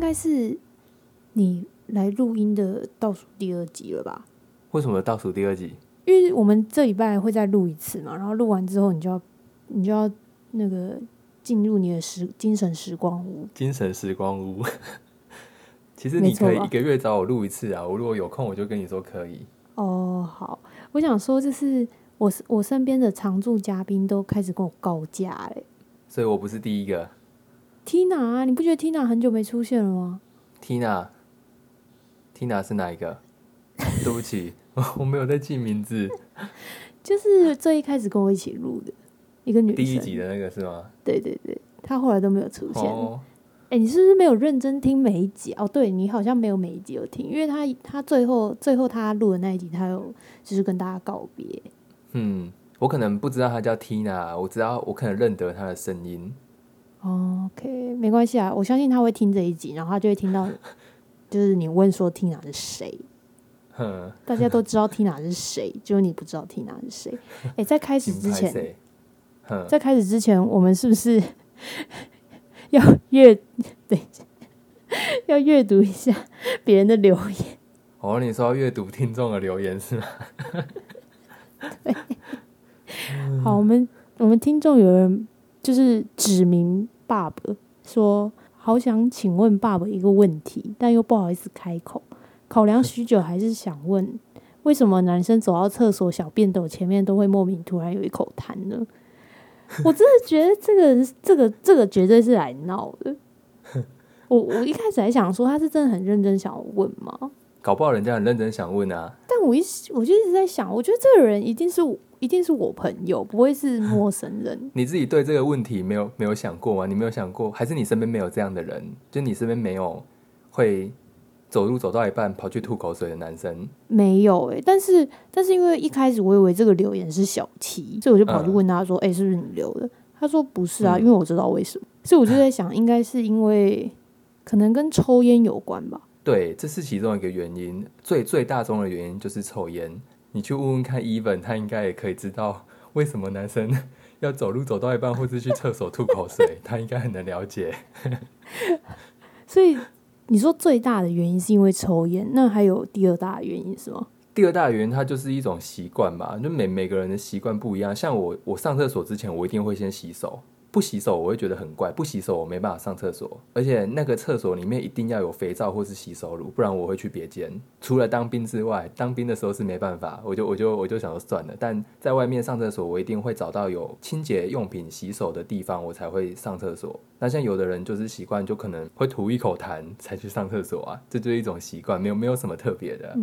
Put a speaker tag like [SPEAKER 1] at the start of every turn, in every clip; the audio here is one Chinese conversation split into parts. [SPEAKER 1] 该是你来录音的倒数第二集了吧？
[SPEAKER 2] 为什么倒数第二集？
[SPEAKER 1] 因为我们这礼拜会再录一次嘛，然后录完之后你就要你就要那个进入你的时精神时光屋。
[SPEAKER 2] 精神时光屋。 其实
[SPEAKER 1] 没
[SPEAKER 2] 你
[SPEAKER 1] 错
[SPEAKER 2] 可以
[SPEAKER 1] 吧
[SPEAKER 2] 一个月找我录一次啊，我如果有空我就跟你说可以。
[SPEAKER 1] 哦，好，我想说就是我我身边的常驻嘉宾都开始跟我告假哎、
[SPEAKER 2] 所以我不是第一个
[SPEAKER 1] Tina 啊，你不觉得 Tina 很久没出现了吗？
[SPEAKER 2] ，Tina。Tina 是哪一个？对不起， 我没有在记名字。
[SPEAKER 1] 就是最一开始跟我一起录的一个女生，
[SPEAKER 2] 第一集的那个是吗？
[SPEAKER 1] 对对对，她后来都没有出现。哎、
[SPEAKER 2] 哦，
[SPEAKER 1] 你是不是没有认真听每一集？哦，对你好像没有每一集有听，因为她她最后最后她录的那一集，她有就是跟大家告别。
[SPEAKER 2] 嗯，我可能不知道她叫 Tina，我知道我可能认得她的声音。
[SPEAKER 1] 哦 OK，没关系啊，我相信她会听这一集，然后她就会听 到，就是你问说 Tina 是谁，
[SPEAKER 2] 哼，
[SPEAKER 1] 大家都知道 Tina 是谁，只有你不知道 Tina 是谁。哎、在开始之前，
[SPEAKER 2] 谁？哼，
[SPEAKER 1] 在开始之前，我们是不是要阅对 要阅读一下别人的留言？
[SPEAKER 2] 哦，你说要阅读听众的留言是吗？
[SPEAKER 1] 好，我们我们听众有人就是指名爸爸说，好想请问爸爸一个问题，但又不好意思开口，考量许久，还是想问。为什么男生走到厕所小便斗前面都会莫名突然有一口痰呢？我真的觉得这个人这个这个绝对是来闹的。我我一开始还想说他是真的很认真想要问吗？
[SPEAKER 2] 搞不好人家很认真想问啊。。
[SPEAKER 1] 但我一直我就一直在想，我觉得这个人一定是一定是我朋友，不会是陌生人
[SPEAKER 2] 你自己对这个问题没有没有想过吗？你没有想过，还是你身边没有这样的人？就你身边没有会走路走到一半跑去吐口水的男生？
[SPEAKER 1] 没有诶、但是但是因为一开始我以为这个留言是小七，所以我就跑去问他说：“诶，是不是你留的？”他说：“不是啊，
[SPEAKER 2] 嗯
[SPEAKER 1] 因为我知道为什么。”所以我就在想，应该是因为可能跟抽烟有关吧。
[SPEAKER 2] 对，这是其中一个原因。最最大宗的原因就是抽烟。你去问问看，Even 他应该也可以知道 为什么男生 要走路走到一半，或是去厕所吐口水，他应该很能了解。
[SPEAKER 1] 所以你说最大的原因是因为抽烟，那还有第二大的原因是吗？
[SPEAKER 2] 第二大原因，它就是一种习惯吧，就每每个人的习惯不一样。像我，我上厕所之前，我一定会先洗手，不洗手我会觉得很怪，不洗手我没办法上厕所，而且那个厕所里面一定要有肥皂或是洗手乳，不然我会去别间。除了当兵之外，当兵的时候是没办法，我就我就我就想说算了。但在外面上厕所，我一定会找到有清洁用品洗手的地方，我才会上厕所。那像有的人就是习惯，就可能会吐一口痰才去上厕所啊，这就是一种习惯，没有没有什么特别的。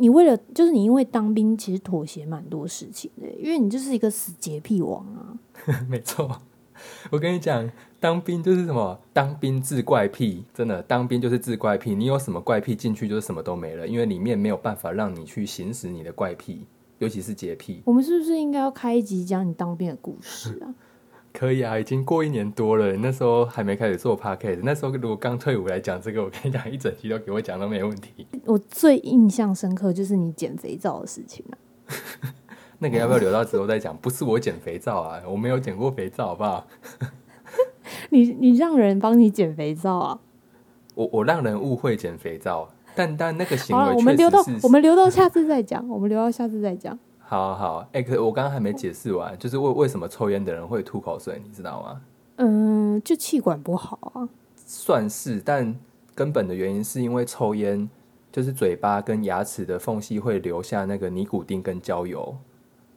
[SPEAKER 1] 你为了就是你因为当兵，其实妥协蛮多事情的，欸因为你就是一个死洁癖王啊。
[SPEAKER 2] 没错，我跟你讲，当兵就是什么？当兵治怪癖，真的，当兵就是治怪癖。你有什么怪癖进去，就是什么都没了，因为里面没有办法让你去行使你的怪癖，尤其是洁癖。
[SPEAKER 1] 我们是不是应该要开一集讲你当兵的故事啊？
[SPEAKER 2] 可以啊，已经过一年多了，那时候还没开始做 podcast，那时候如果刚退伍来讲这个，我跟你讲，一整集都给我讲都没问题。
[SPEAKER 1] 我最印象深刻就是你捡肥皂的事情啊。
[SPEAKER 2] 那个要不要留到之后再讲？不是我捡肥皂啊，我没有捡过肥皂，好不好？
[SPEAKER 1] 你你让人帮你捡肥皂啊？
[SPEAKER 2] 我我让人误会捡肥皂，但但那个行
[SPEAKER 1] 好了，啊
[SPEAKER 2] 为
[SPEAKER 1] 我
[SPEAKER 2] 确
[SPEAKER 1] 们
[SPEAKER 2] 实
[SPEAKER 1] 留到
[SPEAKER 2] 是
[SPEAKER 1] 我们留到下次再讲，我们留到下次再讲。
[SPEAKER 2] 好好，哎、可我刚刚还没解释完，就是为为什么抽烟的人会吐口水，你知道吗？
[SPEAKER 1] 嗯，就气管不好啊。
[SPEAKER 2] 算是，但根本的原因是因为抽烟，就是嘴巴跟牙齿的缝隙会留下那个尼古丁跟焦油，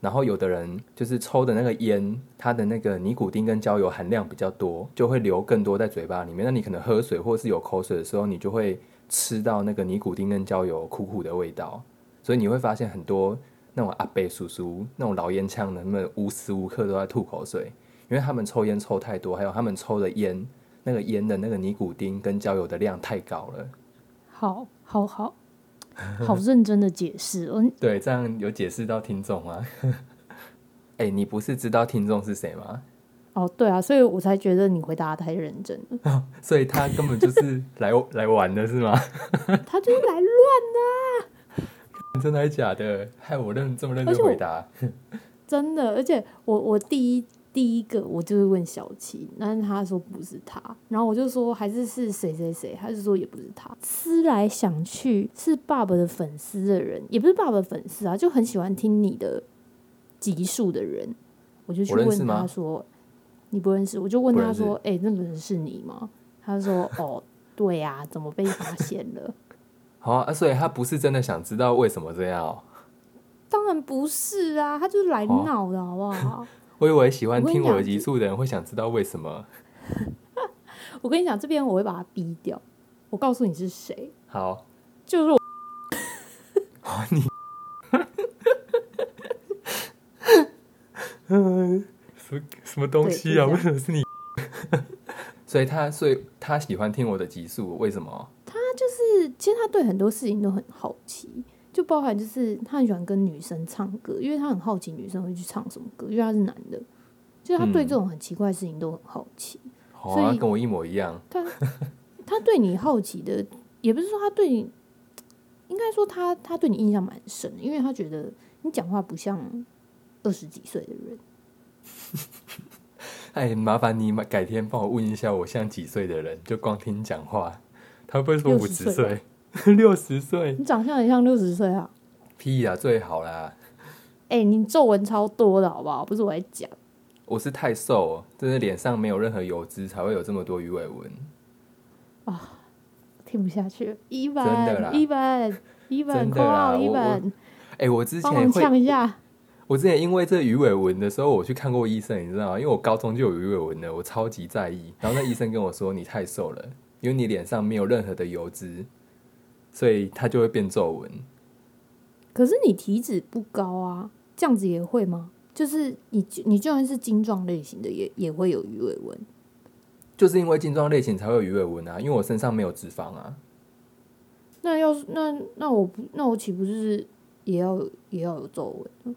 [SPEAKER 2] 然后有的人就是抽的那个烟，它的那个尼古丁跟焦油含量比较多，就会留更多在嘴巴里面。那你可能喝水或是有口水的时候，你就会吃到那个尼古丁跟焦油苦苦的味道，所以你会发现很多那种阿伯叔叔那种老烟枪的，他们无时无刻都在吐口水，因为他们抽烟抽太多，还有他们抽的烟那个烟的那个尼古丁跟焦油的量太高了。
[SPEAKER 1] 好，好， 好，好认真的解释。嗯，
[SPEAKER 2] 对，这样有解释到听众吗？ 哎、你不是知道听众是谁吗？
[SPEAKER 1] 哦，对啊，所以我才觉得你回答得太认真 了。
[SPEAKER 2] 所以他根本就是来 来玩的是吗？
[SPEAKER 1] 他就是来乱的啊、
[SPEAKER 2] 真的还假的？害我认这么认
[SPEAKER 1] 而
[SPEAKER 2] 真
[SPEAKER 1] 且我
[SPEAKER 2] 回答。
[SPEAKER 1] 真的。而且我我第一第一个我就会问小七，但是他说不是他，然后我就说还是是谁谁谁，他就说也不是他。思来想去，是爸爸的粉丝的人，也不是爸爸的粉丝啊，就很喜欢听你的集数的人，我就去
[SPEAKER 2] 我认识
[SPEAKER 1] 问他
[SPEAKER 2] 吗
[SPEAKER 1] 说你不认识，我就问
[SPEAKER 2] 不
[SPEAKER 1] 他
[SPEAKER 2] 认识
[SPEAKER 1] 说，哎、那个人是你吗？他说哦，对呀、怎么被发现了？
[SPEAKER 2] 好啊，啊所以他不是真的想知道为什么这样、哦，
[SPEAKER 1] 当然不是啊，他就是来
[SPEAKER 2] 哦
[SPEAKER 1] 闹的好不好？
[SPEAKER 2] 我以为喜欢
[SPEAKER 1] 我跟你
[SPEAKER 2] 听我的
[SPEAKER 1] 讲
[SPEAKER 2] 集数的人会想知道为什么。
[SPEAKER 1] 我跟你讲，这边我会把他逼掉，我告诉你是谁，
[SPEAKER 2] 好，
[SPEAKER 1] 就是我
[SPEAKER 2] 什么什么东
[SPEAKER 1] 对就
[SPEAKER 2] 西
[SPEAKER 1] 这
[SPEAKER 2] 啊？
[SPEAKER 1] 样
[SPEAKER 2] 为什么是你？ 所以他，所以他喜欢听我的集数，为什么？
[SPEAKER 1] 就是其实他对很多事情都很好奇，就包含就是他很喜欢跟女生唱歌，因为他很好奇女生会去唱什么歌，因为他是男的，就是他对
[SPEAKER 2] 嗯
[SPEAKER 1] 这种很奇怪的事情都很好奇。
[SPEAKER 2] 好
[SPEAKER 1] 所
[SPEAKER 2] 啊，
[SPEAKER 1] 以
[SPEAKER 2] 跟我一模一样。
[SPEAKER 1] 他他对你好奇的，也不是说他对你，应该说他他对你印象蛮深的，因为他觉得你讲话不像二十几岁的人。
[SPEAKER 2] 哎，麻烦你买改天帮我问一下，我像几岁的人？就光听讲话，他会不会说五
[SPEAKER 1] 60
[SPEAKER 2] 十岁？ 六十岁？
[SPEAKER 1] 你长相很像六十岁啊！
[SPEAKER 2] 屁啦，最好啦！
[SPEAKER 1] 哎、你皱纹超多的好不好？不是我在讲，
[SPEAKER 2] 我是太瘦，真的脸上没有任何油脂，才会有这么多鱼尾纹。
[SPEAKER 1] 听不下去了。一
[SPEAKER 2] 真的啦
[SPEAKER 1] 本一 本一本，
[SPEAKER 2] 真的
[SPEAKER 1] 括
[SPEAKER 2] 啦
[SPEAKER 1] 号一
[SPEAKER 2] 我我
[SPEAKER 1] 本，
[SPEAKER 2] 哎、我之
[SPEAKER 1] 帮
[SPEAKER 2] 前
[SPEAKER 1] 忙
[SPEAKER 2] 会
[SPEAKER 1] 呛一下。
[SPEAKER 2] 我之前因为这鱼尾纹的时候，我去看过医生，你知道吗？因为我高中就有鱼尾纹了，我超级在意。然后那医生跟我说：“你太瘦了，因为你脸上没有任何的油脂，所以它就会变皱纹。
[SPEAKER 1] 可是你体脂不高啊，这样子也会吗？就是你你就算是精壮类型的也，也会有鱼尾纹。
[SPEAKER 2] 就是因为精壮类型才会有鱼尾纹啊，因为我身上没有脂肪啊。
[SPEAKER 1] 那要是那那我不那我岂不是也要有也要有皱纹？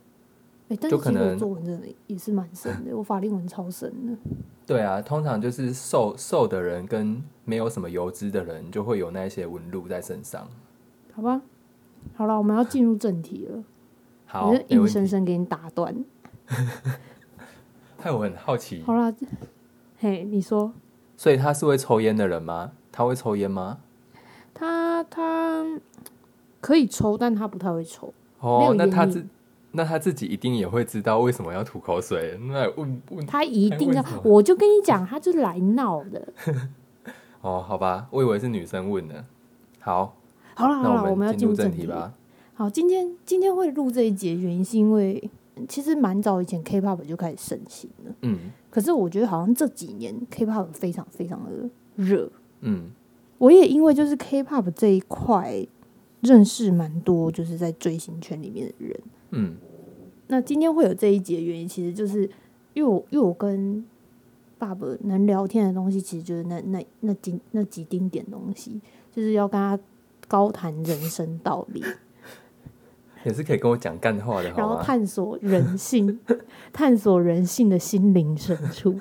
[SPEAKER 1] 哎、但是
[SPEAKER 2] 就可
[SPEAKER 1] 其实我
[SPEAKER 2] 能
[SPEAKER 1] 皱纹真的也是蛮深 的，我法令纹超深的。
[SPEAKER 2] 对啊，通常就是瘦瘦的人跟没有什么油脂的人，就会有那一些纹路在身上。
[SPEAKER 1] 好吧，好了，我们要进入正题了，
[SPEAKER 2] 好，
[SPEAKER 1] 我就
[SPEAKER 2] 没
[SPEAKER 1] 硬
[SPEAKER 2] 问
[SPEAKER 1] 生
[SPEAKER 2] 题。
[SPEAKER 1] 生给你打断。
[SPEAKER 2] 害我很好奇，
[SPEAKER 1] 好啦，嘿，你说
[SPEAKER 2] 所以他是会抽烟的人吗？他会抽烟吗？
[SPEAKER 1] 他他可以抽，但他不太会抽。没有
[SPEAKER 2] 哦，那
[SPEAKER 1] 烟
[SPEAKER 2] 他
[SPEAKER 1] 瘾
[SPEAKER 2] 自那他自己一定也会知道为什么要吐口水。那问问
[SPEAKER 1] 他一定要
[SPEAKER 2] 哎为什么，
[SPEAKER 1] 我就跟你讲，他就是来闹的。
[SPEAKER 2] 哦，好吧，我以为是女生问呢。好，
[SPEAKER 1] 好啦
[SPEAKER 2] 那
[SPEAKER 1] 好啦，
[SPEAKER 2] 我
[SPEAKER 1] 们要
[SPEAKER 2] 进
[SPEAKER 1] 进
[SPEAKER 2] 入
[SPEAKER 1] 正
[SPEAKER 2] 正题。吧。
[SPEAKER 1] 好，今天今天会录这一节，原因是因为其实蛮早以前 K-pop 就开始盛行了，
[SPEAKER 2] 嗯
[SPEAKER 1] 可是我觉得好像这几年 K-pop 非常非常的热。
[SPEAKER 2] 嗯，
[SPEAKER 1] 我也因为就是 K-pop 这一块认识蛮多，就是在追星圈里面的人。
[SPEAKER 2] 嗯，
[SPEAKER 1] 那今天会有这一节原因，其实就是因为我因为我跟爸爸能聊天的东西，其实就是那那那几那几丁点东西，就是要跟他高谈人生道理，
[SPEAKER 2] 也是可以跟我讲干话的，
[SPEAKER 1] 然
[SPEAKER 2] 好
[SPEAKER 1] 后
[SPEAKER 2] 吗？
[SPEAKER 1] 探索人性， 探索人性的心灵深处。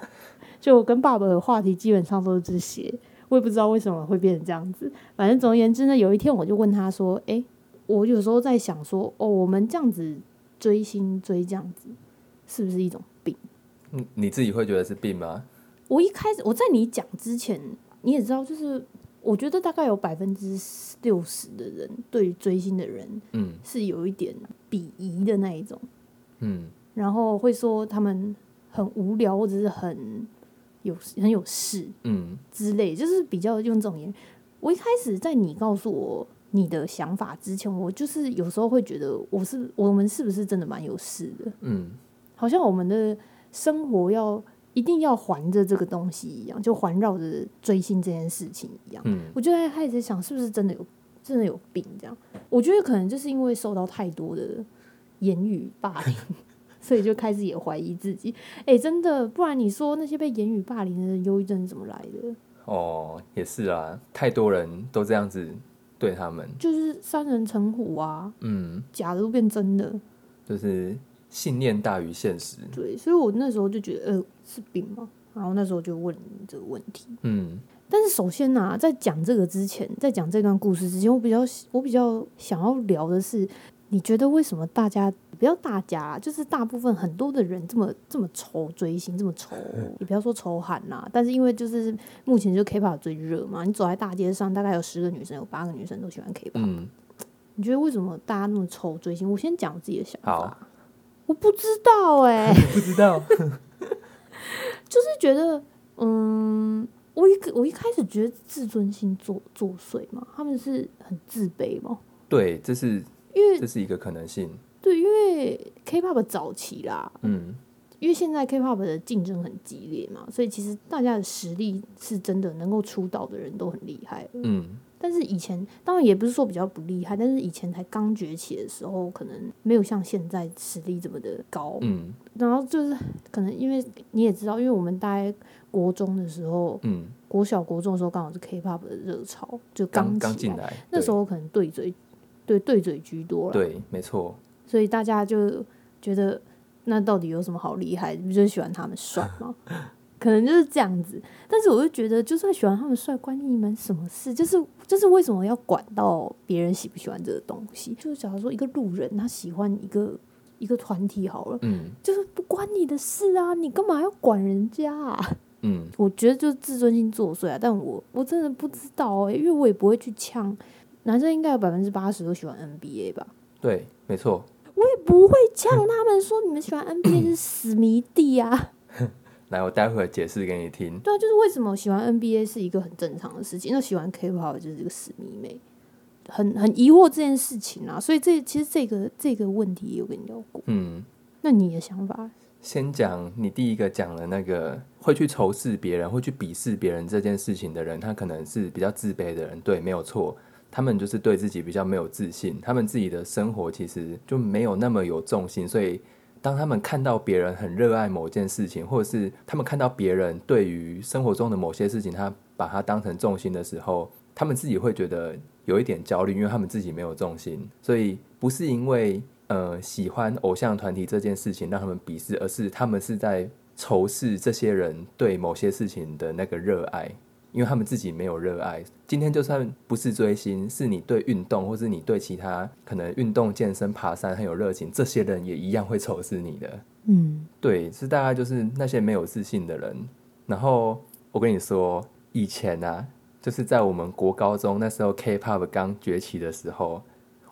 [SPEAKER 1] 就我跟爸爸的话题基本上都是这些，我也不知道为什么会变成这样子。反正总而言之呢，有一天我就问他说：“诶，我有时候在想说，哦，我们这样子追星追这样子，是不是一种病？”
[SPEAKER 2] 嗯你自己会觉得是病吗？
[SPEAKER 1] 我一开始我在你讲之前，你也知道，就是我觉得大概有百分之六十的人对于追星的人
[SPEAKER 2] 嗯
[SPEAKER 1] 是有一点鄙夷的那一种，
[SPEAKER 2] 嗯
[SPEAKER 1] 然后会说他们很无聊或者是很有很有事
[SPEAKER 2] 嗯
[SPEAKER 1] 之类，就是比较用这种言语。我一开始在你告诉我你的想法之前，我就是有时候会觉得我是我们是不是真的蛮有事的，
[SPEAKER 2] 嗯，
[SPEAKER 1] 好像我们的生活要一定要环着这个东西一样，就环绕着追星这件事情一样。
[SPEAKER 2] 嗯
[SPEAKER 1] 我就在开始想，是不是真的有真的有病这样？我觉得可能就是因为受到太多的言语霸凌， 所以就开始也怀疑自己。哎、真的，不然你说那些被言语霸凌的人，忧郁症是怎么来的？
[SPEAKER 2] 哦，也是啊，太多人都这样子对他们，
[SPEAKER 1] 就是三人成虎啊，
[SPEAKER 2] 嗯，
[SPEAKER 1] 假的都变真的。
[SPEAKER 2] 就是信念大于现实，
[SPEAKER 1] 对，所以我那时候就觉得，呃，是病吗？然后那时候就问你这个问题。
[SPEAKER 2] 嗯
[SPEAKER 1] 但是首先呢、啊在讲这个之前，在讲这段故事之前，我比较我比较想要聊的是，你觉得为什么大家不要大家啦，就是大部分很多的人这么这么愁追星，这么愁，也不要说愁喊啦，但是因为就是目前就 K-pop 最热嘛，你走在大街上，大概有十个女生，有八个女生都喜欢 K-pop。
[SPEAKER 2] 嗯，
[SPEAKER 1] 你觉得为什么大家那么愁追星？我先讲我自己的想
[SPEAKER 2] 好
[SPEAKER 1] 法，我不知道哎、
[SPEAKER 2] 不知道，
[SPEAKER 1] 就是觉得，嗯，我一个我一开始觉得自尊心作作祟嘛，他们是很自卑嘛，
[SPEAKER 2] 对，这是
[SPEAKER 1] 因为
[SPEAKER 2] 这是一个可能性。
[SPEAKER 1] 对，因为 K-pop 早期啦，
[SPEAKER 2] 嗯，
[SPEAKER 1] 因为现在 K-pop 的竞争很激烈嘛，所以其实大家的实力是真的能够出道的人都很厉害。
[SPEAKER 2] 嗯，
[SPEAKER 1] 但是以前当然也不是说比较不厉害，但是以前才刚崛起的时候，可能没有像现在实力这么的高。
[SPEAKER 2] 嗯，
[SPEAKER 1] 然后就是可能因为你也知道，因为我们大概国中的时候，
[SPEAKER 2] 嗯，
[SPEAKER 1] 国小国中的时候刚好是 K-pop 的热潮，就
[SPEAKER 2] 刚刚
[SPEAKER 1] 刚起
[SPEAKER 2] 进
[SPEAKER 1] 来，
[SPEAKER 2] 来，
[SPEAKER 1] 那
[SPEAKER 2] 对
[SPEAKER 1] 时候可能对嘴对对嘴居多了，
[SPEAKER 2] 对，没错，
[SPEAKER 1] 所以大家就觉得那到底有什么好厉害？不就是喜欢他们帅吗？ 可能就是这样子。但是我就觉得，就算喜欢他们帅，关你们什么事？就是就是为什么要管到别人喜不喜欢这个东西？就是假如说一个路人他喜欢一个一个团体好了。
[SPEAKER 2] 嗯
[SPEAKER 1] 就是不关你的事啊，你干嘛要管人家啊？
[SPEAKER 2] 嗯
[SPEAKER 1] 我觉得就是自尊心作祟啊，但我我真的不知道哎、因为我也不会去呛。男生应该有百分之八十都喜欢 NBA 吧？
[SPEAKER 2] 对，没错。
[SPEAKER 1] 我也不会呛他们说你们喜欢 NBA 是死迷弟啊。
[SPEAKER 2] 来，我待会儿解释给你听。
[SPEAKER 1] 对啊，就是为什么喜欢 NBA 是一个很正常的事情，那喜欢 K-pop 就是一个死迷妹，很很疑惑这件事情啊。所以这其实这个这个问题也有跟你聊过，
[SPEAKER 2] 嗯，
[SPEAKER 1] 那你的想法？
[SPEAKER 2] 先讲你第一个讲的那个会去仇视别人、会去鄙视别人这件事情的人，他可能是比较自卑的人，对，没有错。他们就是对自己比较没有自信，他们自己的生活其实就没有那么有重心，所以当他们看到别人很热爱某件事情，或者是他们看到别人对于生活中的某些事情，他把它当成重心的时候，他们自己会觉得有一点焦虑，因为他们自己没有重心，所以不是因为呃喜欢偶像团体这件事情让他们鄙视，而是他们是在仇视这些人对某些事情的那个热爱。因为他们自己没有热爱。今天就算不是追星，是你对运动，或是你对其他可能运动、健身、爬山很有热情，这些人也一样会仇视你的。
[SPEAKER 1] 嗯，
[SPEAKER 2] 对，是大概就是那些没有自信的人。然后我跟你说，以前啊，就是在我们国高中那时候 K-pop 刚崛起的时候，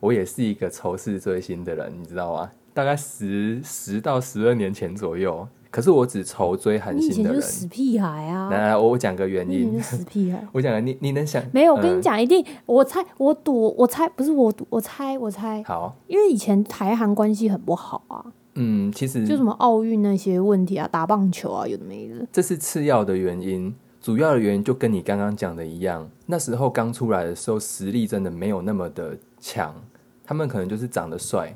[SPEAKER 2] 我也是一个仇视追星的人，你知道吗？大概十十到十二年前左右，可是我只仇追韩
[SPEAKER 1] 你以
[SPEAKER 2] 星
[SPEAKER 1] 前就
[SPEAKER 2] 的
[SPEAKER 1] 是
[SPEAKER 2] 人。
[SPEAKER 1] 死屁孩啊！
[SPEAKER 2] 来来，我我讲个原
[SPEAKER 1] 你以前
[SPEAKER 2] 因
[SPEAKER 1] 就。死屁孩。
[SPEAKER 2] 我讲了，你你能想
[SPEAKER 1] 没有，我跟你
[SPEAKER 2] 嗯
[SPEAKER 1] 讲，一定，我猜，我赌，我猜，不是我赌，我猜，我猜，
[SPEAKER 2] 好，
[SPEAKER 1] 因为以前台韩关系很不好啊，
[SPEAKER 2] 嗯，其实
[SPEAKER 1] 就什么奥运那些问题啊，打棒球啊，有的没的，
[SPEAKER 2] 这是次要的原因，主要的原因就跟你刚刚讲的一样，那时候刚出来的时候，实力真的没有那么的强，他们可能就是长得帅，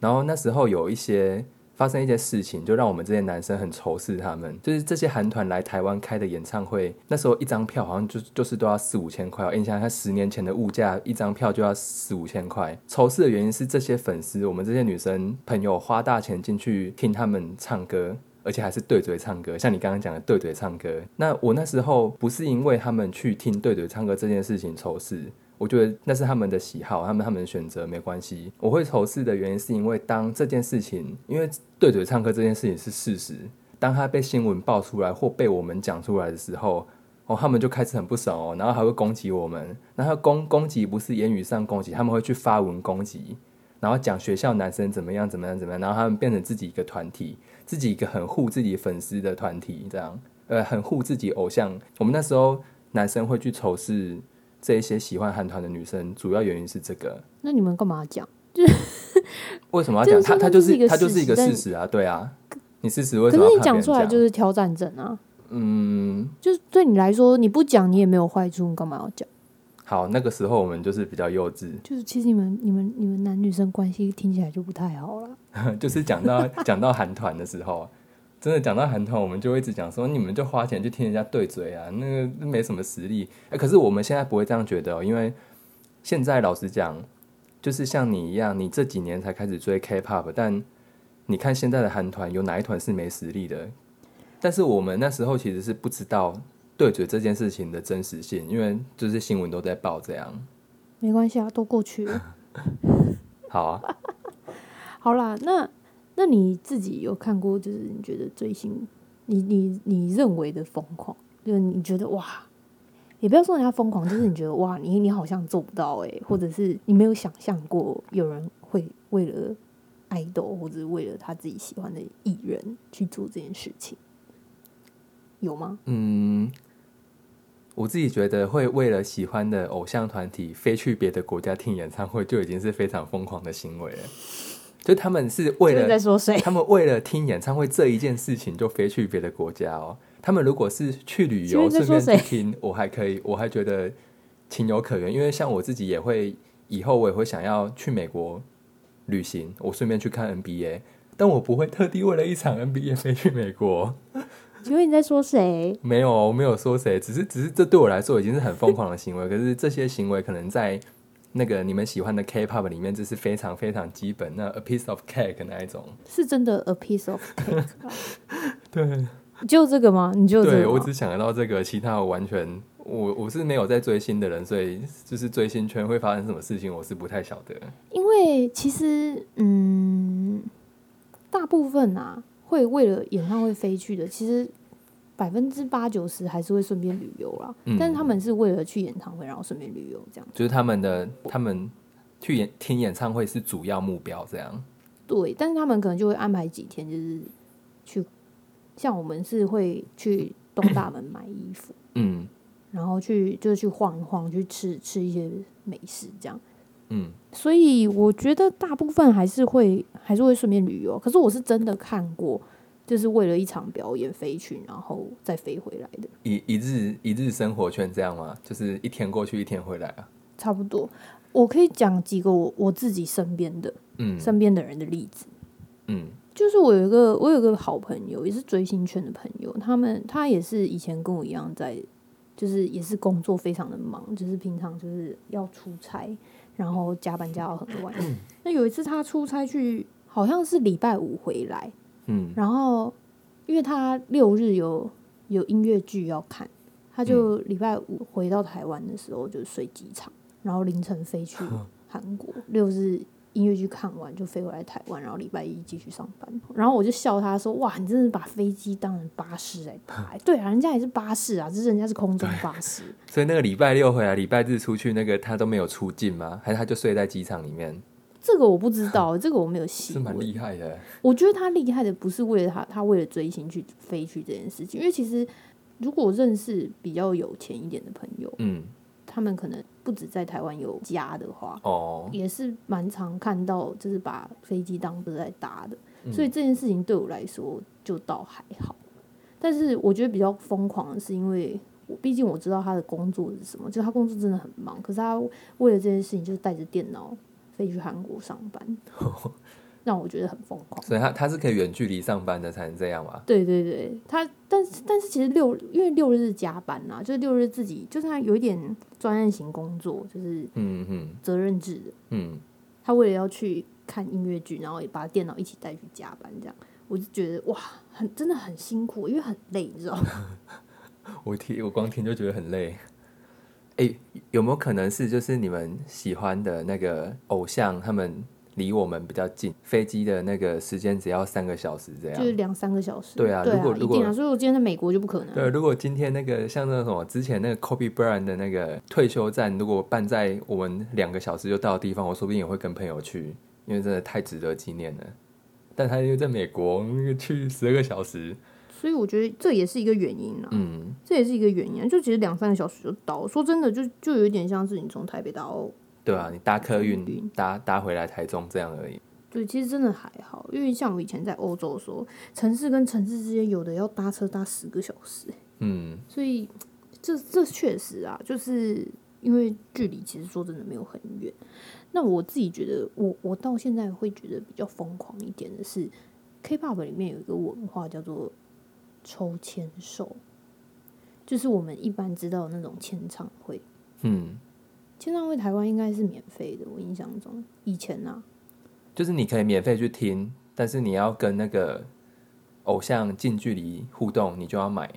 [SPEAKER 2] 然后那时候有一些发生一些事情，就让我们这些男生很仇视他们，就是这些韩团来台湾开的演唱会，那时候一张票好像就就是都要四五千块哦，印象他十年前的物价，一张票就要四五千块。仇视的原因是这些粉丝，我们这些女生朋友花大钱进去听他们唱歌，而且还是对嘴唱歌，像你刚刚讲的对嘴唱歌。那我那时候不是因为他们去听对嘴唱歌这件事情仇视，我觉得那是他们的喜好，他们他们的选择没关系。我会仇视的原因是因为当这件事情，因为对嘴唱歌这件事情是事实，当它被新闻爆出来或被我们讲出来的时候。哦，他们就开始很不爽哦，然后还会攻击我们。然后攻攻击不是言语上攻击，他们会去发文攻击，然后讲学校男生怎么样怎么样怎么样，然后他们变成自己一个团体，自己一个很护自己粉丝的团体，这样，呃，很护自己偶像。我们那时候男生会去仇视这一些喜欢韩团的女生，主要原因是这个。
[SPEAKER 1] 那你们干嘛讲？
[SPEAKER 2] 为什么要
[SPEAKER 1] 这
[SPEAKER 2] 讲
[SPEAKER 1] 个
[SPEAKER 2] 他？
[SPEAKER 1] 是
[SPEAKER 2] 他
[SPEAKER 1] 它
[SPEAKER 2] 就
[SPEAKER 1] 就是一
[SPEAKER 2] 是
[SPEAKER 1] 个
[SPEAKER 2] 他就是一个
[SPEAKER 1] 事实
[SPEAKER 2] 事实啊，对啊。你事实为
[SPEAKER 1] 可
[SPEAKER 2] 什
[SPEAKER 1] 是
[SPEAKER 2] 么要
[SPEAKER 1] 你
[SPEAKER 2] 怕别
[SPEAKER 1] 讲
[SPEAKER 2] 人
[SPEAKER 1] 出来
[SPEAKER 2] 讲？
[SPEAKER 1] 就是挑战症啊，
[SPEAKER 2] 嗯，
[SPEAKER 1] 就是对你来说，你不讲你也没有坏处，你干嘛要讲？
[SPEAKER 2] 好，那个时候我们就是比较幼稚，
[SPEAKER 1] 就是其实你们、你们、你们男女生关系听起来就不太好了。
[SPEAKER 2] 就是讲到讲到韩团的时候，真的讲到韩团，我们就会一直讲说，你们就花钱去听人家对嘴啊，那个没什么实力。哎，可是我们现在不会这样觉得、哦，因为现在老实讲，就是像你一样，你这几年才开始追 K-pop，但你看现在的韩团，有哪一团是没实力的？但是我们那时候其实是不知道对嘴这件事情的真实性，因为就是新闻都在报这样。
[SPEAKER 1] 没关系啊，都过去了。
[SPEAKER 2] 好啊，
[SPEAKER 1] 好啦，那那你自己有看过，就是你觉得最新，你你你认为的疯狂，就是你觉得哇，也不要说人家疯狂，就是你觉得哇，你你好像做不到哎、或者是你没有想象过有人会为了爱豆或者是为了他自己喜欢的艺人去做这件事情，有吗？
[SPEAKER 2] 嗯，我自己觉得会为了喜欢的偶像团体飞去别的国家听演唱会，就已经是非常疯狂的行为了。就他们是为
[SPEAKER 1] 就是在
[SPEAKER 2] 了
[SPEAKER 1] 说谁？
[SPEAKER 2] 他们为了听演唱会这一件事情就飞去别的国家哦。他们如果是去旅游，
[SPEAKER 1] 是不
[SPEAKER 2] 顺
[SPEAKER 1] 是在说谁
[SPEAKER 2] 便去听，我还可以，我还觉得情有可原。因为像我自己也会，以后我也会想要去美国旅行，我顺便去看 NBA，但我不会特地为了一场 NBA 飞去美国。
[SPEAKER 1] 请问你在说谁？
[SPEAKER 2] 没有，啊我没有说谁，只是只是这对我来说已经是很疯狂的行为。可是这些行为可能在那个你们喜欢的 K-pop 里面，这是非常非常基本，那 a piece of cake 那一种。
[SPEAKER 1] 是真的 a piece of cake 吧？
[SPEAKER 2] 对，
[SPEAKER 1] 就这个吗？你就这
[SPEAKER 2] 对
[SPEAKER 1] 个
[SPEAKER 2] 我
[SPEAKER 1] 吗？
[SPEAKER 2] 只想得到这个，其他我完全我我是没有在追星的人，所以就是追星圈会发生什么事情，我是不太晓得。
[SPEAKER 1] 因为其实，嗯，大部分啊会为了演唱会飞去的，其实百分之八九十还是会顺便旅游啦。
[SPEAKER 2] 嗯
[SPEAKER 1] 但是他们是为了去演唱会，然后顺便旅游这样。
[SPEAKER 2] 就是他们的他们去演听演唱会是主要目标，这样。
[SPEAKER 1] 对，但是他们可能就会安排几天，就是去，像我们是会去东大门买衣服，
[SPEAKER 2] 嗯
[SPEAKER 1] 然后去就是去晃一晃，去吃吃一些美食这样。
[SPEAKER 2] 嗯
[SPEAKER 1] 所以我觉得大部分还是会还是会顺便旅游。可是我是真的看过，就是为了一场表演飞去，然后再飞回来的，
[SPEAKER 2] 一一日一日生活圈这样吗？就是一天过去，一天回来啊。
[SPEAKER 1] 差不多。我可以讲几个我我自己身边的、
[SPEAKER 2] 嗯
[SPEAKER 1] 身边的人的例子，
[SPEAKER 2] 嗯
[SPEAKER 1] 就是我有一个我有一个好朋友，也是追星圈的朋友，他们他也是以前跟我一样在，就是也是工作非常的忙，就是平常就是要出差，然后加班加到很晚。那有一次他出差去，好像是礼拜五回来，
[SPEAKER 2] 嗯
[SPEAKER 1] 然后因为他六日有有音乐剧要看，他
[SPEAKER 2] 嗯
[SPEAKER 1] 就礼拜五回到台湾的时候就睡机场，然后凌晨飞去韩国，六日。音乐剧看完就飞回来台湾，然后礼拜一继续上班。然后我就笑他说：“哇，你真的把飞机当成巴士来搭、欸？对啊，人家也是巴士啊，只是人家是空中巴士。
[SPEAKER 2] 所以那个礼拜六回来，礼拜日出去，那个他都没有出境吗？还是他就睡在机场里面？
[SPEAKER 1] 这个我不知道，这个我没有细
[SPEAKER 2] 是蛮
[SPEAKER 1] 问。
[SPEAKER 2] 厉害的。
[SPEAKER 1] 我觉得他厉害的不是为了他，他为了追星去飞去这件事情，因为其实如果认识比较有钱一点的朋友，
[SPEAKER 2] 嗯，
[SPEAKER 1] 他们可能不止在台湾有家的话，
[SPEAKER 2] 哦，
[SPEAKER 1] 也是蛮常看到，就是把飞机当不是在搭的，所以这件事情对我来说就倒还好。但是我觉得比较疯狂的是，因为我毕竟我知道他的工作是什么，就他工作真的很忙，可是他为了这件事情就带着电脑飞去韩国上班，让我觉得很疯狂。
[SPEAKER 2] 所以他他是可以远距离上班的，才能这样嘛？
[SPEAKER 1] 对对对，他但是但是其实六因为六日加班呐、就是六日自己就是他有一点专案型工作，就是
[SPEAKER 2] 嗯嗯
[SPEAKER 1] 责任制的。
[SPEAKER 2] 嗯，
[SPEAKER 1] 他为了要去看音乐剧，然后也把电脑一起带去加班，这样我就觉得哇，很真的很辛苦，因为很累，你知道吗？
[SPEAKER 2] 我听我光听就觉得很累。哎、有没有可能是就是你们喜欢的那个偶像，他们离我们比较近，飞机的那个时间只要三个小时这
[SPEAKER 1] 就是
[SPEAKER 2] 样？
[SPEAKER 1] 两三个小时。
[SPEAKER 2] 啊对啊如果
[SPEAKER 1] 一
[SPEAKER 2] 如果
[SPEAKER 1] 定啊，所以我今天在美国就不可能。
[SPEAKER 2] 对，如果今天那个像那个什么之前那个 Kobe Bryant 的那个退休站，如果办在我们两个小时就到的地方，我说不定也会跟朋友去，因为真的太值得纪念了。但他因为在美国，那个去十二个小时，
[SPEAKER 1] 所以我觉得这也是一个原因啦，
[SPEAKER 2] 嗯，
[SPEAKER 1] 这也是一个原因啊。就其实两三个小时就到，说真的，就就有点像是你从台北到
[SPEAKER 2] 对啊，你搭客
[SPEAKER 1] 捷运
[SPEAKER 2] 运搭搭回来台中这样而已。
[SPEAKER 1] 对，其实真的还好，因为像我以前在欧洲的时候，城市跟城市之间有的要搭车搭十个小时欸，
[SPEAKER 2] 嗯，
[SPEAKER 1] 所以这这确实啊，就是因为距离其实说真的没有很远。那我自己觉得，我我到现在会觉得比较疯狂一点的是，K-pop 里面有一个文化叫做抽签售，就是我们一般知道的那种签唱会。
[SPEAKER 2] 嗯，
[SPEAKER 1] 签唱会台湾应该是免费的，我印象中以前啊，
[SPEAKER 2] 就是你可以免费去听，但是你要跟那个偶像近距离互动，你就要买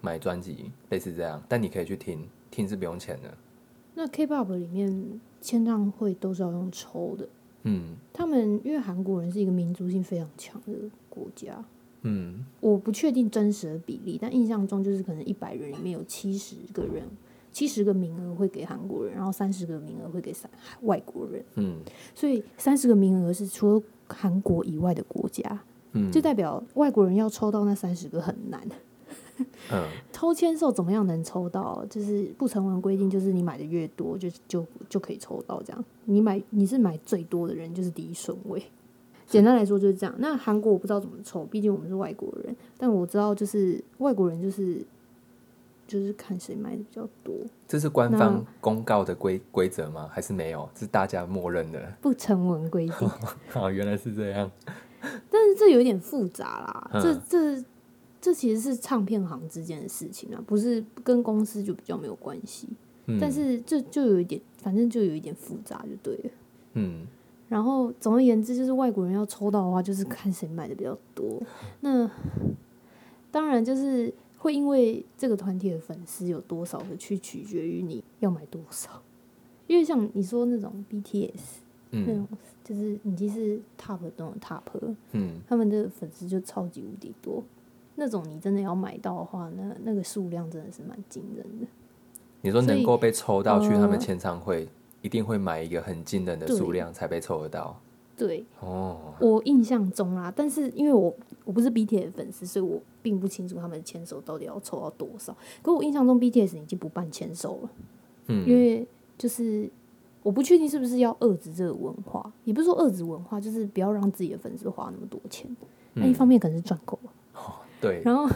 [SPEAKER 2] 买专辑，类似这样。但你可以去听，听是不用钱的。
[SPEAKER 1] 那 K-pop 里面签唱会都是要用抽的，
[SPEAKER 2] 嗯
[SPEAKER 1] 他们因为韩国人是一个民族性非常强的国家，
[SPEAKER 2] 嗯
[SPEAKER 1] 我不确定真实的比例，但印象中就是可能一百人里面有七十个人，七十个名额会给韩国人，然后三十个名额会给三外国人，
[SPEAKER 2] 嗯
[SPEAKER 1] 所以三十个名额是除了韩国以外的国家，
[SPEAKER 2] 嗯，
[SPEAKER 1] 就代表外国人要抽到那三十个很难。
[SPEAKER 2] 嗯
[SPEAKER 1] 抽签时候怎么样能抽到？就是不成文规定，就是你买的越多就就就可以抽到这样。你买你是买最多的人就是第一顺位。简单来说就是这样。那韩国我不知道怎么抽，毕竟我们是外国人。但我知道就是外国人就是就是看谁买的比较 多，
[SPEAKER 2] 这是官方公告的规规则吗？还是没有？是大家默认的？
[SPEAKER 1] 不成文规定。
[SPEAKER 2] 哦，原来是这样。
[SPEAKER 1] 但是这有点复杂啦，
[SPEAKER 2] 嗯
[SPEAKER 1] 这这这其实是唱片行之间的事情啊，不是跟公司就比较没有关系。
[SPEAKER 2] 嗯，
[SPEAKER 1] 但是这就有一点，反正就有一点复杂就对了。
[SPEAKER 2] 嗯
[SPEAKER 1] 然后总而言之，就是外国人要抽到的话，就是看谁买的比较多。
[SPEAKER 2] 嗯
[SPEAKER 1] 那当然就是会因为这个团体的粉丝有多少的，去取决于你要买多少。因为像你说那种 BTS 那种
[SPEAKER 2] 嗯，
[SPEAKER 1] 就是已经是 top 的那种 top 了
[SPEAKER 2] 嗯
[SPEAKER 1] 他们的粉丝就超级无敌多。那种你真的要买到的话，那那个数量真的是蛮惊人的。
[SPEAKER 2] 你说
[SPEAKER 1] 所以
[SPEAKER 2] 能够被抽到去
[SPEAKER 1] 呃
[SPEAKER 2] 他们签唱会，一定会买一个很惊人的
[SPEAKER 1] 对
[SPEAKER 2] 数量才被抽得到。
[SPEAKER 1] 对，
[SPEAKER 2] 哦，
[SPEAKER 1] 我印象中啦，但是因为我我不是 BTS 的粉丝，所以我并不清楚他们的签售到底要抽到多少。可我印象中 BTS 已经不办签售了，因
[SPEAKER 2] 嗯
[SPEAKER 1] 为就是我不确定是不是要遏制这个文化，也不是说遏制文化，就是不要让自己的粉丝花那么多钱。那一
[SPEAKER 2] 嗯，
[SPEAKER 1] 方面可能是赚够了，
[SPEAKER 2] 对，
[SPEAKER 1] 然后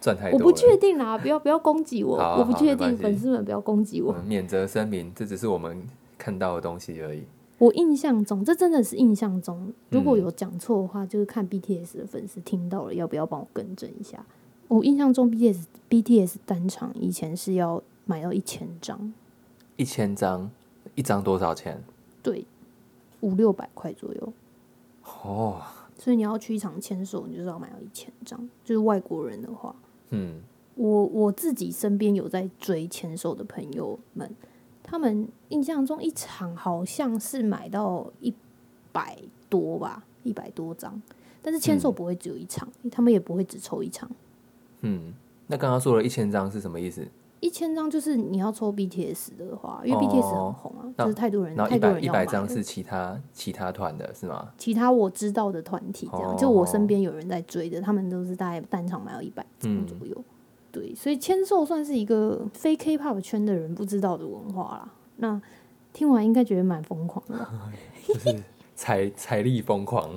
[SPEAKER 2] 赚太
[SPEAKER 1] 我
[SPEAKER 2] 多了。
[SPEAKER 1] 不确定啦，不要不要攻击我，
[SPEAKER 2] 好好
[SPEAKER 1] 我不确
[SPEAKER 2] 没关
[SPEAKER 1] 定
[SPEAKER 2] 系
[SPEAKER 1] 粉丝们不要攻击我
[SPEAKER 2] 我。们嗯免责声明，这只是我们看到的东西而已。
[SPEAKER 1] 我印象中，这真的是印象中，如果有讲错的话，就是看 BTS 的粉丝听到了，要不要帮我更正一下？我印象中 BTS BTS 单场以前是要买到一千张，
[SPEAKER 2] 一千张，一张多少钱？
[SPEAKER 1] 对，五六百块左右。
[SPEAKER 2] 哦，
[SPEAKER 1] 所以你要去一场签售，你就是要买到一千张。就是外国人的话，
[SPEAKER 2] 嗯
[SPEAKER 1] 我我自己身边有在追签售的朋友们，他们印象中一场好像是买到一百多吧，一百多张。但是签售
[SPEAKER 2] 嗯
[SPEAKER 1] 不会只有一场，他们也不会只抽一场。
[SPEAKER 2] 嗯，那刚刚说了一千张是什么意思？
[SPEAKER 1] 一千张就是你要抽 BTS 的话，因为
[SPEAKER 2] 哦
[SPEAKER 1] BTS 很红啊，
[SPEAKER 2] 那
[SPEAKER 1] 就是太多人，
[SPEAKER 2] 然后
[SPEAKER 1] 太
[SPEAKER 2] 一
[SPEAKER 1] 多
[SPEAKER 2] 百
[SPEAKER 1] 人
[SPEAKER 2] 一
[SPEAKER 1] 要买
[SPEAKER 2] 百
[SPEAKER 1] 了。
[SPEAKER 2] 张是其他其他团的是吗？
[SPEAKER 1] 其他我知道的团体这样，
[SPEAKER 2] 哦
[SPEAKER 1] 就我身边有人在追的，他们都是大概单场买到一百张左右。对，所以签售算是一个非 K-pop 圈的人不知道的文化啦。那听完应该觉得蛮疯狂的吧？
[SPEAKER 2] 就是财财力疯狂。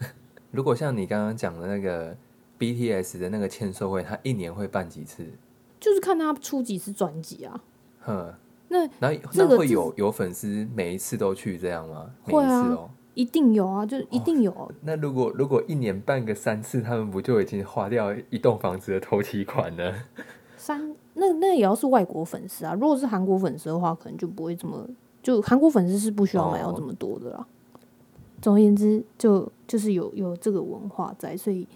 [SPEAKER 2] 如果像你刚刚讲的那个 BTS 的那个签售会，它一年会办几次？
[SPEAKER 1] 就是看他出几次专辑啊。
[SPEAKER 2] 哼，
[SPEAKER 1] 那
[SPEAKER 2] 然后
[SPEAKER 1] 这
[SPEAKER 2] 那
[SPEAKER 1] 个
[SPEAKER 2] 会有有粉丝每一次都去这样吗？每一
[SPEAKER 1] 会啊
[SPEAKER 2] 次哦。
[SPEAKER 1] 一定有啊，就一定有。
[SPEAKER 2] 那如果如果一年办个三次，他们不就已经花掉一栋房子的头期款了？
[SPEAKER 1] 三那那也要是外国粉丝啊，如果是韩国粉丝的话，可能就不会这么就韩国粉丝是不需要买到这么多的啦。总而言之，就就是有有这个文化在，所以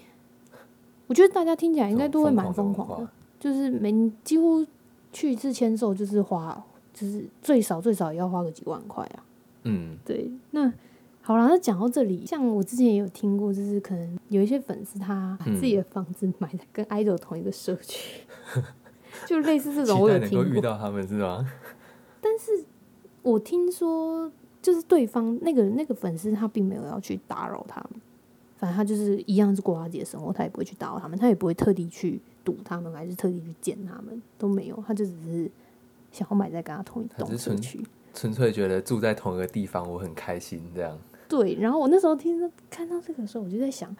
[SPEAKER 1] 我觉得大家听起 来应该都会蛮疯狂
[SPEAKER 2] 这
[SPEAKER 1] 的
[SPEAKER 2] 种文化，
[SPEAKER 1] 就是每几乎去一次签售就是花，就是最少最少也要花个几万块啊。
[SPEAKER 2] 嗯
[SPEAKER 1] 对，那好啦，那讲到这里，像我之前也有听过，就是可能有一些粉丝他把
[SPEAKER 2] 嗯
[SPEAKER 1] 自己的房子买在跟 idol 同一个社 区，就类似这
[SPEAKER 2] 期
[SPEAKER 1] 种，我
[SPEAKER 2] 待
[SPEAKER 1] 有
[SPEAKER 2] 能够
[SPEAKER 1] 听
[SPEAKER 2] 遇
[SPEAKER 1] 过。
[SPEAKER 2] 到他们是吗？
[SPEAKER 1] 我听说就是对方那个那个粉丝他并没有要去打扰他们，反正他就是一样是过他自己的生活，他也不会去打扰他们，他也不会特地去堵他们，还是特地去见他们都没有，他就只是想要买在跟他同一
[SPEAKER 2] 他
[SPEAKER 1] 栋
[SPEAKER 2] 只是
[SPEAKER 1] 社
[SPEAKER 2] 纯
[SPEAKER 1] 区。
[SPEAKER 2] 纯粹觉得住在同一个地方，我很开心这样。
[SPEAKER 1] 对，然后我那时候听到看到这个时候，我就在想，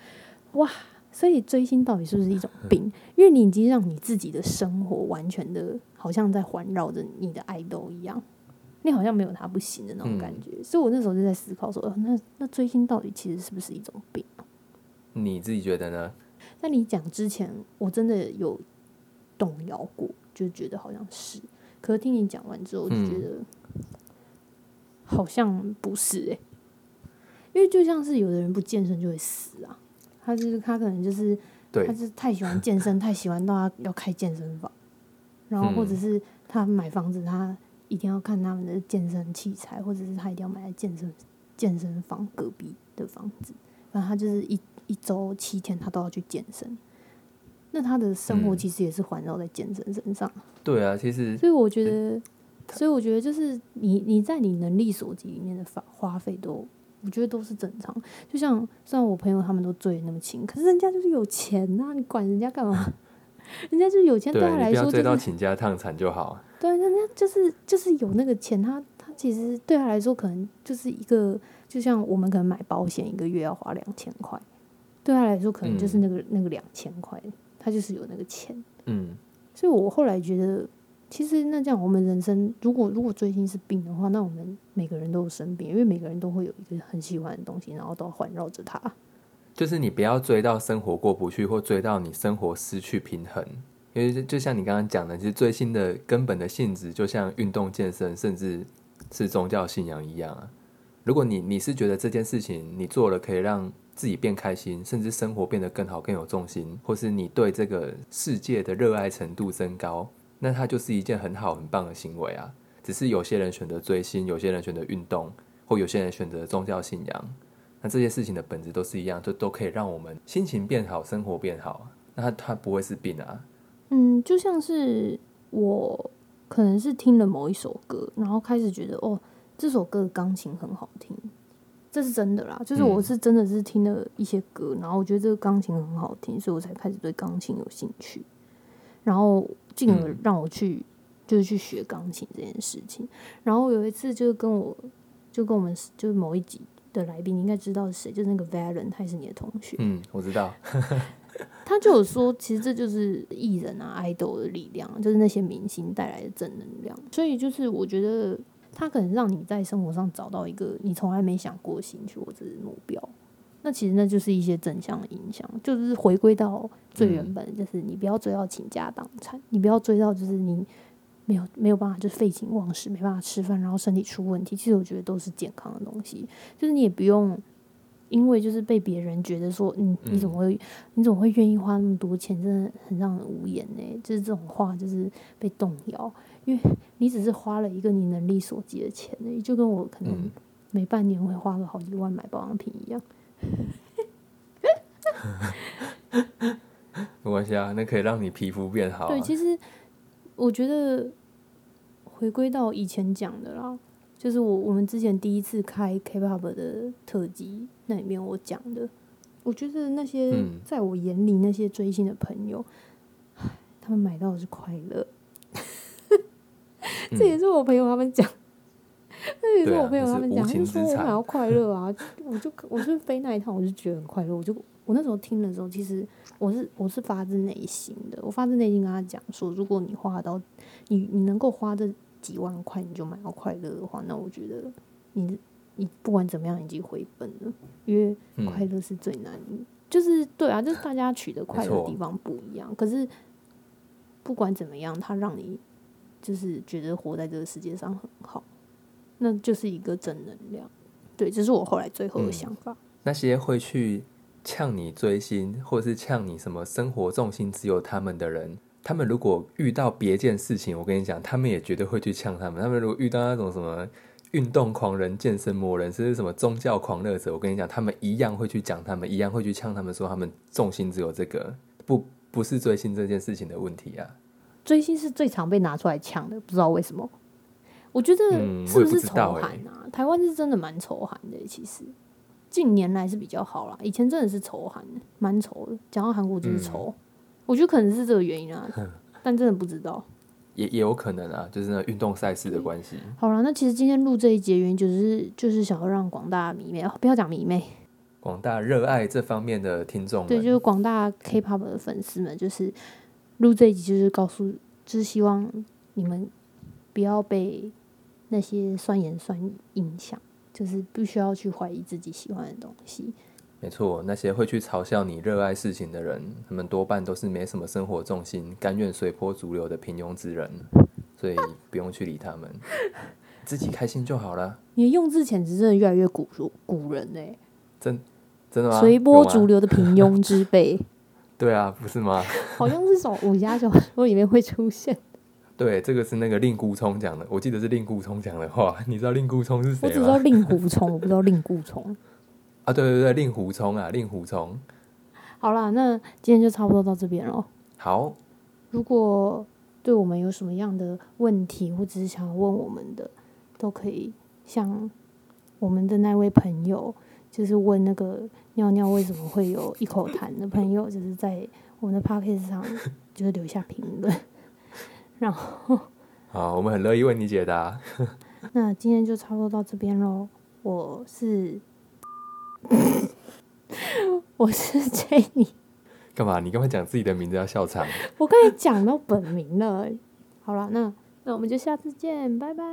[SPEAKER 1] 哇，所以追星到底是不是一种病？因为你已经让你自己的生活完全的，好像在环绕着你的爱豆一样，你好像没有他不行的那种感
[SPEAKER 2] 嗯
[SPEAKER 1] 觉。所以我那时候就在思考说，呃、那那追星到底其实是不是一种病？
[SPEAKER 2] 你自己觉得呢？
[SPEAKER 1] 在你讲之前，我真的有动摇过，就觉得好像是。可是听你讲完之后，我就觉得、好像不是诶、因为就像是有的人不健身就会死啊，他就是他可能就是
[SPEAKER 2] 对
[SPEAKER 1] 他，是太喜欢健身，太喜欢到他要开健身房，然后或
[SPEAKER 2] 嗯
[SPEAKER 1] 者是他买房子，他一定要看他们的健身器材，或者是他一定要买在健身健身房隔壁的房子，反正他就是一一周七天他都要去健身。那他的生活
[SPEAKER 2] 嗯
[SPEAKER 1] 其实也是环绕在健身身上，
[SPEAKER 2] 对啊，其实
[SPEAKER 1] 所以我觉得，所以我觉得就是你你在你能力所及里面的花花费都，我觉得都是正常。就像虽然我朋友他们都追得那么勤，可是人家就是有钱呐、你管人家干嘛？ 人家就是有钱，
[SPEAKER 2] 对
[SPEAKER 1] 对他
[SPEAKER 2] 你
[SPEAKER 1] 来
[SPEAKER 2] 不要
[SPEAKER 1] 说
[SPEAKER 2] 追
[SPEAKER 1] 就
[SPEAKER 2] 到
[SPEAKER 1] 是
[SPEAKER 2] 倾家荡产就好。
[SPEAKER 1] 对，人家就是就是有那个钱，他他其实对他来说，可能就是一个，就像我们可能买保险一个月要花两千块，对他来说可能就是那个、那个两千块，他就是有那个钱。
[SPEAKER 2] 嗯，
[SPEAKER 1] 所以我后来觉得，其实那这样我们人生，如果如果追星是病的话，那我们每个人都有生病，因为每个人都会有一个很喜欢的东西，然后都环绕着他。
[SPEAKER 2] 就是你不要追到生活过不去，或追到你生活失去平衡。因为就就像你刚刚讲的，其实追星的根本的性质，就像运动、健身，甚至是宗教信仰一样啊。如果你你是觉得这件事情你做了可以让自己变开心，甚至生活变得更好、更有重心，或是你对这个世界的热爱程度增高，那它就是一件很好、很棒的行为啊。只是有些人选择追星，有些人选择运动，或有些人选择宗教信仰，那这些事情的本质都是一样，就都可以让我们心情变好，生活变好。那它它不会是病啊，
[SPEAKER 1] 嗯，就像是我可能是听了某一首歌，然后开始觉得哦，这首歌的钢琴很好听，这是真的啦。就是我
[SPEAKER 2] 嗯
[SPEAKER 1] 是真的是听了一些歌，然后我觉得这个钢琴很好听，所以我才开始对钢琴有兴趣，然后进而
[SPEAKER 2] 嗯
[SPEAKER 1] 让我去、就是去学钢琴这件事情。然后有一次就是跟我就跟我们就是某一集的来宾，你应该知道是谁，就是那个 Valen，他也是你的同学。
[SPEAKER 2] 嗯，我知道，
[SPEAKER 1] 他就有说，其实这就是艺人啊、爱豆的力量，就是那些明星带来的正能量。所以就是我觉得，他可能让你在生活上找到一个你从来没想过的兴趣或者是目标。那其实那就是一些正向的影响，就是回归到最原本，就是你不要追到倾家荡产，你不要追到就是你没有没有办法就是废寝忘食，没办法吃饭，然后身体出问题。其实我觉得都是健康的东西，就是你也不用因为就是被别人觉得说，嗯，你怎么会你怎么会愿意花那么多钱？真的很让人无言呢、就是这种话，就是被动摇，因为你只是花了一个你能力所及的钱而已，就跟我可能
[SPEAKER 2] 嗯，
[SPEAKER 1] 每半年会花个好几万买保养品一样。
[SPEAKER 2] 没关系啊，那可以让你皮肤变好、啊。
[SPEAKER 1] 对，其实我觉得回归到以前讲的啦，就是我我们之前第一次开 K-pop 的特辑那里面我讲的，我觉得那些、
[SPEAKER 2] 嗯
[SPEAKER 1] 在我眼里那些追星的朋友，唉他们买到的是快乐，这也
[SPEAKER 2] 嗯、
[SPEAKER 1] 是我朋友他们讲。 这也是
[SPEAKER 2] 对啊
[SPEAKER 1] 我朋友
[SPEAKER 2] 那
[SPEAKER 1] 他
[SPEAKER 2] 是
[SPEAKER 1] 们
[SPEAKER 2] 无
[SPEAKER 1] 讲，就
[SPEAKER 2] 情
[SPEAKER 1] 说
[SPEAKER 2] 之
[SPEAKER 1] 我
[SPEAKER 2] 财
[SPEAKER 1] 买到快乐 啊，我就我就是飞那一趟，我就觉得很快乐。我就我那时候听的时候，其实我是我是发自内心的，我发自内心跟他讲说，如果你花到你你能够花这几万块，你就买到快乐的话，那我觉得你你不管怎么样已经回本了，因为快
[SPEAKER 2] 嗯，
[SPEAKER 1] 乐是最难，就是对啊，就是大家取得快乐
[SPEAKER 2] 没
[SPEAKER 1] 的
[SPEAKER 2] 错
[SPEAKER 1] 地方不一样。可是不管怎么样，它让你就是觉得活在这个世界上很好，那就是一个正能量。对，这是我后来最后的
[SPEAKER 2] 嗯
[SPEAKER 1] 想法。
[SPEAKER 2] 那些会去呛你追星，或是呛你什么生活重心只有他们的人，他们如果遇到别件事情，我跟你讲，他们也绝对会去呛他们。他们如果遇到那种什么运动狂人、健身魔人，甚至什么宗教狂热者，我跟你讲，他们一样会去讲他们，一样会去呛他们，说他们重心只有这个，不不是追星这件事情的问题啊。
[SPEAKER 1] 追星是最常被拿出来呛的，不知道为什么。我觉得
[SPEAKER 2] 嗯
[SPEAKER 1] 是
[SPEAKER 2] 我也不
[SPEAKER 1] 是
[SPEAKER 2] 知
[SPEAKER 1] 仇
[SPEAKER 2] 道
[SPEAKER 1] 韩
[SPEAKER 2] 欸
[SPEAKER 1] 啊？台湾是真的蛮仇韩的、其实近年来是比较好啦，以前真的是仇韩，蛮仇的。讲到韩国就是
[SPEAKER 2] 嗯
[SPEAKER 1] 仇，我觉得可能是这个原因 啊，但真的不知道。
[SPEAKER 2] 也也有可能啊，就是那运动赛事的关系。
[SPEAKER 1] 好了，那其实今天录这一节原因就是就是想要让广大迷妹，哦不要讲迷妹，
[SPEAKER 2] 广大热爱这方面的听众
[SPEAKER 1] 对，就
[SPEAKER 2] 们，
[SPEAKER 1] 是广大 K-pop 的粉丝们，就是录这一集就是告诉，就是希望你们不要被那些酸言酸语影响，就是不需要去怀疑自己喜欢的东西。
[SPEAKER 2] 没错，那些会去嘲笑你热爱事情的人，他们多半都是没什么生活重心，甘愿随波逐流的平庸之人，所以不用去理他们， 自己开心就好了。
[SPEAKER 1] 你的用字遣词真的越来越古古人哎、
[SPEAKER 2] 真真的吗？
[SPEAKER 1] 随波逐
[SPEAKER 2] 有吗
[SPEAKER 1] 流的平庸之辈，
[SPEAKER 2] 对啊，不是吗？
[SPEAKER 1] 好像是什么武侠小说里面会出现。
[SPEAKER 2] 对，这个是那个令姑聪讲的，我记得是令姑聪讲的话。你知道令姑聪是
[SPEAKER 1] 我
[SPEAKER 2] 谁
[SPEAKER 1] 只知道
[SPEAKER 2] 吗？
[SPEAKER 1] 令狐冲，我不知道令狐冲。
[SPEAKER 2] 啊，对对对，令狐冲啊，令狐冲。
[SPEAKER 1] 好啦，那今天就差不多到这边了。
[SPEAKER 2] 好，
[SPEAKER 1] 如果对我们有什么样的问题，或者是想要问我们的，都可以像我们的那位朋友，就是问那个尿尿为什么会有一口痰的朋友，就是在我们的 p o c k e t 上就是留下评论。 然后，
[SPEAKER 2] 好，我们很乐意为你解答。
[SPEAKER 1] 那今天就差不多到这边喽。我是 我是 Jenny，
[SPEAKER 2] 干嘛？你干嘛讲自己的名字要笑场？
[SPEAKER 1] 我刚才讲到本名了。好了，那那我们就下次见，拜拜。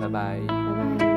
[SPEAKER 2] 拜拜。
[SPEAKER 1] 拜拜。